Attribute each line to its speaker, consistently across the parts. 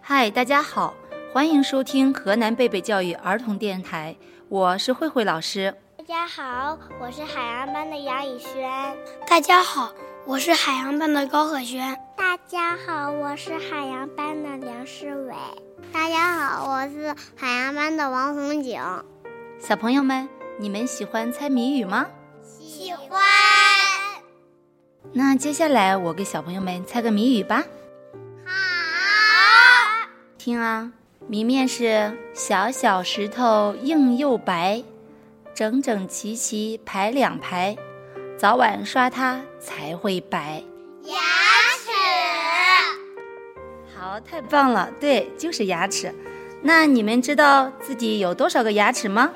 Speaker 1: 嗨，大家好，欢迎收听河南贝贝教育儿童电台，我是慧慧老师。
Speaker 2: 大家好，我是海洋班的杨以轩。
Speaker 3: 大家好，我是海洋班的高可轩。
Speaker 2: 大家好，我是海洋班的梁诗伟。大家好，我是海洋班的王红景。
Speaker 1: 小朋友们，你们喜欢猜谜语吗？
Speaker 2: 喜欢。
Speaker 1: 那接下来我给小朋友们猜个谜语吧。
Speaker 2: 好。
Speaker 1: 听啊，谜面是小小石头硬又白，整整齐齐排两排，早晚刷它才会白。
Speaker 2: 牙齿。
Speaker 1: 好，太棒了，对，就是牙齿。那你们知道自己有多少个牙齿吗？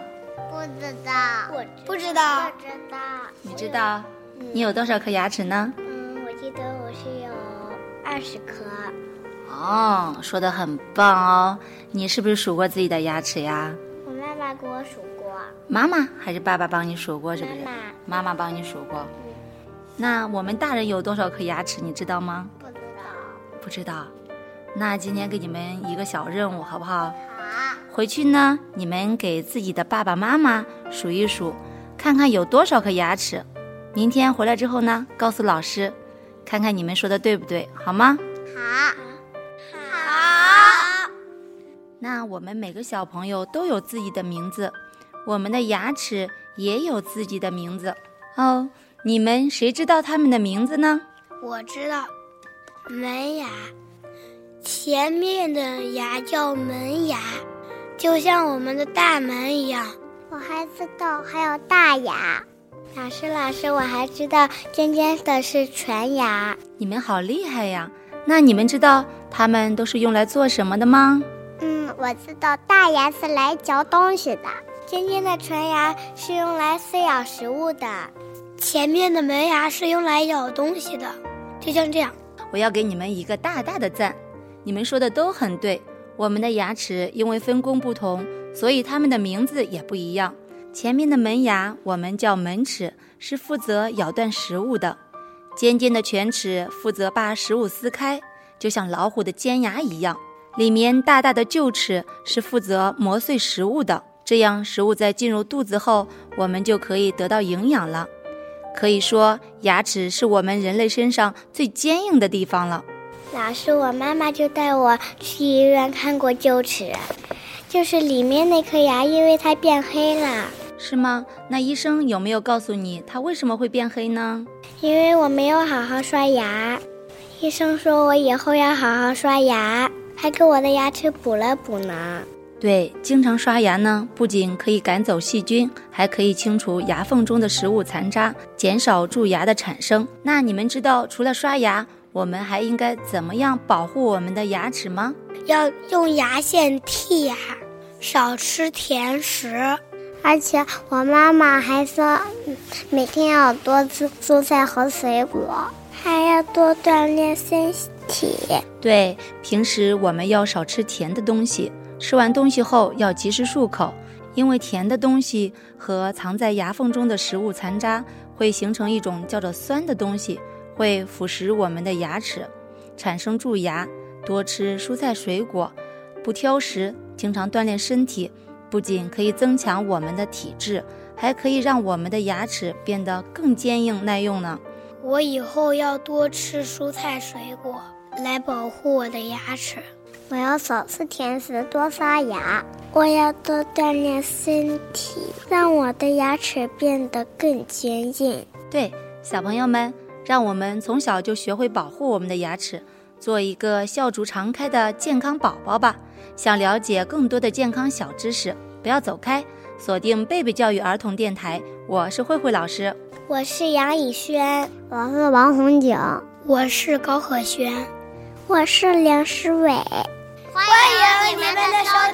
Speaker 2: 不知道。我
Speaker 3: 不知道
Speaker 2: 不知道。
Speaker 1: 你知道你有多少颗牙齿呢？
Speaker 2: 嗯，我记得我是有二十颗。
Speaker 1: 哦，说的很棒哦。你是不是数过自己的牙齿呀？
Speaker 2: 我妈妈给我数过。
Speaker 1: 妈妈还是爸爸帮你数过，是不是？
Speaker 2: 妈妈嗯
Speaker 1: 帮你数过。那我们大人有多少颗牙齿，你知道吗？
Speaker 2: 不知道。
Speaker 1: 不知道。那今天给你们一个小任务，好不好？
Speaker 2: 好。
Speaker 1: 回去呢，你们给自己的爸爸妈妈数一数，看看有多少颗牙齿。明天回来之后呢，告诉老师，看看你们说的对不对，好吗？
Speaker 2: 好。好。
Speaker 1: 那我们每个小朋友都有自己的名字，我们的牙齿也有自己的名字哦。你们谁知道他们的名字呢？
Speaker 3: 我知道，门牙，前面的牙叫门牙，就像我们的大门一样。
Speaker 2: 我还知道还有大牙。老师，老师，我还知道尖尖的是全牙，
Speaker 1: 你们好厉害呀！那你们知道他们都是用来做什么的吗？
Speaker 2: 嗯，我知道大牙是来嚼东西的，尖尖的唇牙是用来撕咬食物的。
Speaker 3: 前面的门牙是用来咬东西的，就像这样。
Speaker 1: 我要给你们一个大大的赞，你们说的都很对。我们的牙齿因为分工不同，所以它们的名字也不一样。前面的门牙我们叫门齿，是负责咬断食物的；尖尖的犬齿负责把食物撕开，就像老虎的尖牙一样。里面大大的臼齿是负责磨碎食物的，这样食物在进入肚子后，我们就可以得到营养了。可以说，牙齿是我们人类身上最坚硬的地方了。
Speaker 2: 老师，我妈妈就带我去医院看过臼齿，就是里面那颗牙，因为它变黑了，
Speaker 1: 是吗？那医生有没有告诉你它为什么会变黑呢？
Speaker 2: 因为我没有好好刷牙。医生说我以后要好好刷牙，还给我的牙齿补了补呢。
Speaker 1: 对，经常刷牙呢，不仅可以赶走细菌，还可以清除牙缝中的食物残渣，减少蛀牙的产生。那你们知道除了刷牙，我们还应该怎么样保护我们的牙齿吗？
Speaker 3: 要用牙线剔牙，少吃甜食。
Speaker 2: 而且我妈妈还说，嗯每天要多吃蔬菜和水果，还要多锻炼身体。
Speaker 1: 对，平时我们要少吃甜的东西，吃完东西后要及时漱口，因为甜的东西和藏在牙缝中的食物残渣会形成一种叫做酸的东西，会腐蚀我们的牙齿，产生蛀牙。多吃蔬菜水果，不挑食，经常锻炼身体，不仅可以增强我们的体质，还可以让我们的牙齿变得更坚硬耐用呢。
Speaker 3: 我以后要多吃蔬菜水果，来保护我的牙齿。
Speaker 2: 我要少吃甜食，多刷牙。我要多锻炼身体，让我的牙齿变得更坚硬。
Speaker 1: 对，小朋友们，让我们从小就学会保护我们的牙齿，做一个笑逐常开的健康宝宝吧。想了解更多的健康小知识，不要走开，锁定贝贝教育儿童电台，我是慧慧老师，
Speaker 2: 我是杨以轩，我是王红景，
Speaker 3: 我是高可轩。
Speaker 2: 我是梁诗伟。欢迎你们的收听。哦